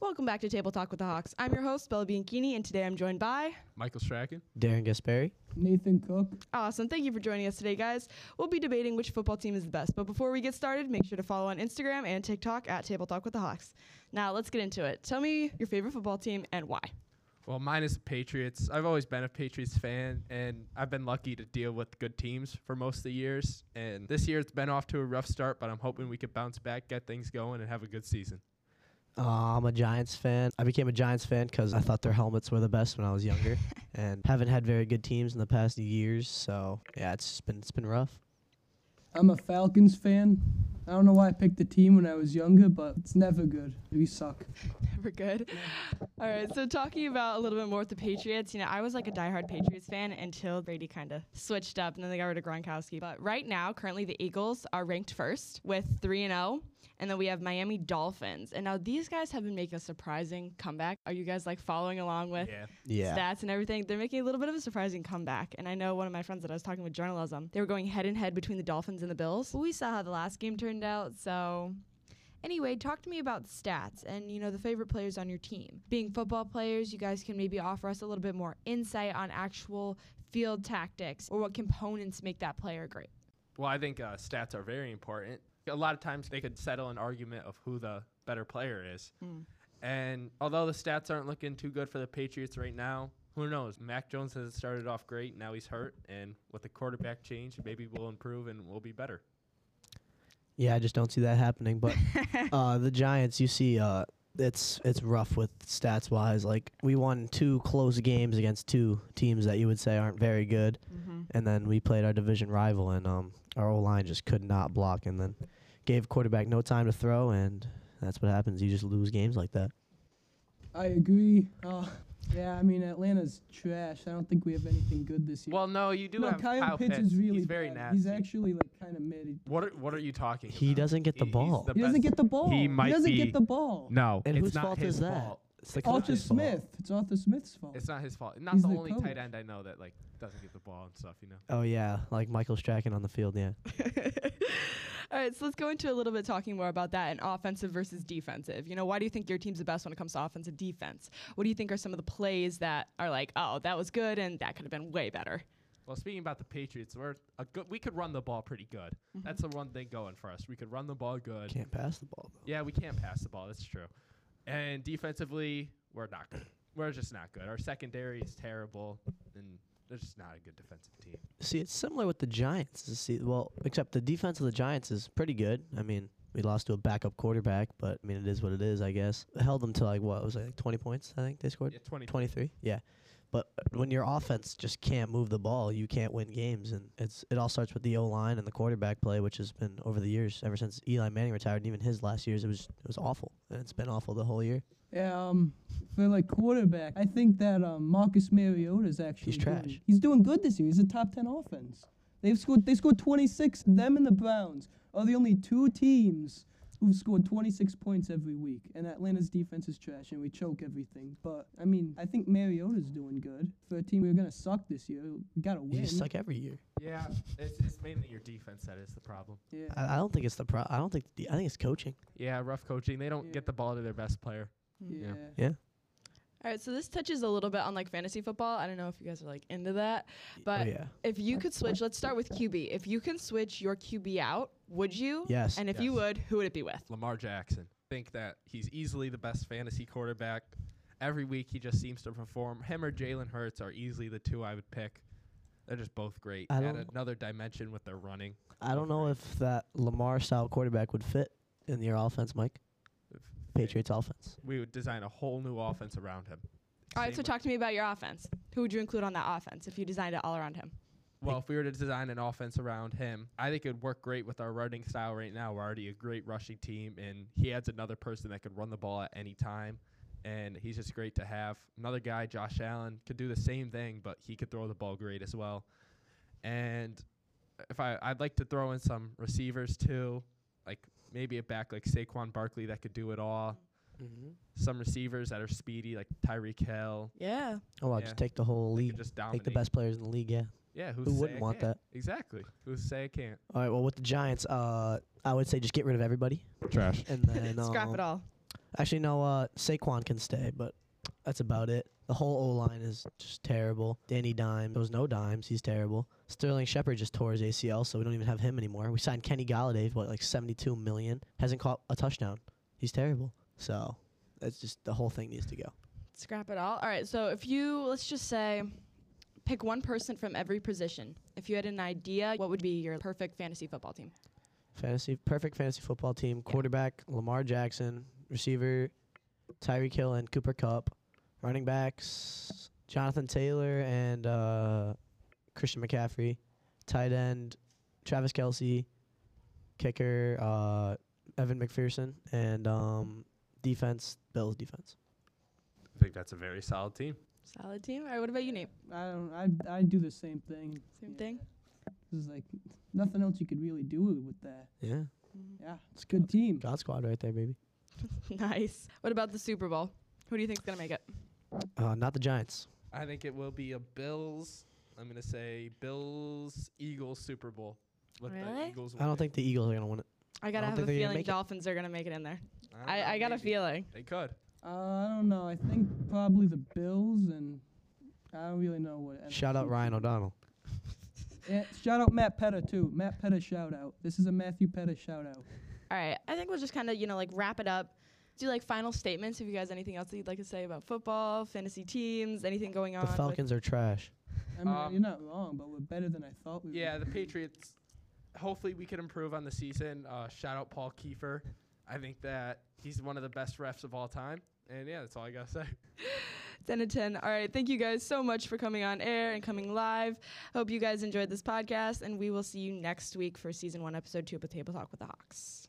Welcome back to Table Talk with the Hawks. I'm your host, Bella Bianchini, and today I'm joined by. Michael Strachan. Darren Gaspari. Nathan Cook. Awesome. Thank you for joining us today, guys. We'll be debating which football team is the best, but before we get started, make sure to follow on Instagram and TikTok at Table Talk with the Hawks. Now, let's get into it. Tell me your favorite football team and why. Well, mine is the Patriots. I've always been a Patriots fan, and I've been lucky to deal with good teams for most of the years. And this year it's been off to a rough start, but I'm hoping we could bounce back, get things going, and have a good season. Uh, I'm a Giants fan. I became a Giants fan because I thought their helmets were the best when I was younger, and haven't had very good teams in the past years. So yeah, it's just been it's been rough. I'm a Falcons fan. I don't know why I picked the team when I was younger, but it's never good. We suck. We're good. All right. So talking about a little bit more with the Patriots, you know, I was like a diehard Patriots fan until Brady kind of switched up, and then they got rid of Gronkowski. But right now, currently, the Eagles are ranked first with three and zero, and then we have Miami Dolphins. And now these guys have been making a surprising comeback. Are you guys like following along with? Yeah. Yeah. stats and everything, they're making a little bit of a surprising comeback. And I know one of my friends that I was talking with journalism, they were going head and head between the Dolphins and the Bills. But we saw how the last game turned out, so. Anyway, talk to me about stats and you know the favorite players on your team. Being football players, you guys can maybe offer us a little bit more insight on actual field tactics or what components make that player great. Well, I think uh, stats are very important. A lot of times they could settle an argument of who the better player is. And although the stats aren't looking too good for the Patriots right now, who knows? Mac Jones has started off great. Now he's hurt. And with the quarterback change, maybe we'll improve and we'll be better. Yeah, I just don't see that happening. But uh, the Giants, you see, uh, it's it's rough with stats wise. Like we won two close games against two teams that you would say aren't very good, and then we played our division rival, and um, our O line just could not block, and then gave quarterback no time to throw, and that's what happens. You just lose games like that. I agree. Uh, yeah, I mean, Atlanta's trash. I don't think we have anything good this year. Well, no, you do no, have Kyle, Kyle Pitts, Pitts. is really he's very bad. nasty. He's actually like kind of mid. what, are, what are you talking He about? doesn't get He- the he's ball. the He doesn't best- get the ball. He might doesn't be- get the ball. No, And it's whose not fault his is that? fault. It's the Arthur coach's fault. Smith. It's Arthur Smith's fault. It's not his fault. Not He's the the only coach. tight end I know that like doesn't get the ball and stuff. You know. Oh yeah, like Michael Strachan on the field. Yeah. All right, so let's go into a little bit talking more about that and offensive versus defensive. You know, why do you think your team's the best when it comes to offense and defense? What do you think are some of the plays that are like, oh, that was good and that could have been way better? Well, speaking about the Patriots, we're a good. We could run the ball pretty good. Mm-hmm. That's the one thing going for us. We could run the ball good. Can't pass the ball though. Yeah, we can't pass the ball. That's true. And defensively, we're not good. We're just not good. Our secondary is terrible, and they're just not a good defensive team. See, it's similar with the Giants. to See, well, except the defense of the Giants is pretty good. I mean, we lost to a backup quarterback, but I mean, it is what it is, I guess. Held them to like what was it, like 20 points? I think they scored. Yeah, 20. 23. Yeah. But uh, when your offense just can't move the ball, you can't win games, and it's it all starts with the O line and the quarterback play, which has been over the years ever since Eli Manning retired, and even his last years, it was it was awful, and it's been awful the whole year. Yeah, um, for like quarterback, I think that um, Marcus Mariota is actually He's doing- trash. he's doing good this year. He's a top ten offense. They've scored. They scored 26. Them and the Browns are the only two teams who've scored 26 points every week. And Atlanta's defense is trash, and we choke everything. But I mean, I think Mariota's doing good for a team we're gonna suck this year. We gotta You win. just suck every year. Yeah, it's, it's mainly your defense that is the problem. Yeah. I, I don't think it's the pro. I don't think the, I think it's coaching. Yeah, rough coaching. They don't Yeah. get the ball to their best player. yeah. All right, so this touches a little bit on like fantasy football. I don't know if you guys are like into that, but oh yeah. if you could switch, let's start with QB. If you can switch your QB out, would you? Yes. And if you Yes. would, who would it be with? Lamar Jackson. I think that he's easily the best fantasy quarterback. Every week he just seems to perform. Him or Jalen Hurts are easily the two I would pick. They're just both great. I Add don't- another dimension with their running. I don't know if that Lamar style quarterback would fit in your offense, Mike. Patriots offense. We would design a whole new offense around him. All right, so Same- talk to me about your offense. Who would you include on that offense if you designed it all around him? Well, if we were to design an offense around him, I think it would work great with our running style right now. We're already a great rushing team, and he adds another person that could run the ball at any time. And he's just great to have. Another guy, Josh Allen, could do the same thing, but he could throw the ball great as well. And if I, I'd like to throw in some receivers too, like maybe a back like Saquon Barkley that could do it all. Mm-hmm. Some receivers that are speedy, like Tyreek Hill. Yeah. Oh, wow, Yeah. just take the whole They league. could just Take dominate. the best players in the league, yeah. Yeah, who's Who wouldn't want that? Exactly. Who's say I can't? All right, well, with the Giants, uh, I would say just get rid of everybody. Trash. And then um, Scrap it all. Actually, no. Uh, Saquon can stay, but that's about it. The whole O line is just terrible. Danny Dime, there was no dimes. He's terrible. Sterling Shepard just tore his ACL, so we don't even have him anymore. We signed Kenny Galladay, what like seventy-two million. Hasn't caught a touchdown. He's terrible. So that's just the whole thing needs to go. Scrap it all. All right. So if you let's just say pick one person from every position. If you had an idea, what would be your perfect fantasy football team? Fantasy perfect fantasy football team. Quarterback Lamar Jackson. Receiver Tyreek Hill and Cooper Cup. Running backs Jonathan Taylor and uh, Christian McCaffrey. Tight end Travis Kelsey. Kicker uh, Evan McPherson and um, defense Bills defense. I think that's a very solid team. Solid team. All right. What about you, Nate? I don't. I I do the same thing. Same Yeah. thing. There's like nothing else you could really do with that. Yeah, Yeah, it's a good team. God Squad right there, baby. nice. What about the Super Bowl? Who do you think's gonna make it? Uh, not the Giants. I think it will be a Bills. I'm gonna say Bills Eagles Super Bowl. Let the Really? Eagles I win don't it. think the Eagles are gonna win it. I gotta don't have think a they're gonna feeling make it. Dolphins are gonna make it in there. don't know, I, I got a maybe. feeling. they could. Uh, I don't know. I think probably the Bills and I don't really know what. Shout out NFC Ryan O'Donnell. Yeah, shout out Matt Petta too. Matt Petta shout out. This is a Matthew Petta shout out. All right. I think we'll just kind of, you know, like wrap it up. Do like final statements if you guys anything else that you'd like to say about football, fantasy teams, anything going on. The with- Falcons are trash. I mean, Um, you're not wrong, but we're better than I thought we were. Yeah, the Patriots. Hopefully, we can improve on the season. Uh, shout out Paul Kiefer. I think that he's one of the best refs of all time. And yeah, that's all I gotta say. 10 to 10. All right. Thank you guys so much for coming on air and coming live. Hope you guys enjoyed this podcast, and we will see you next week for season one, episode two of the Table Talk with the Hawks.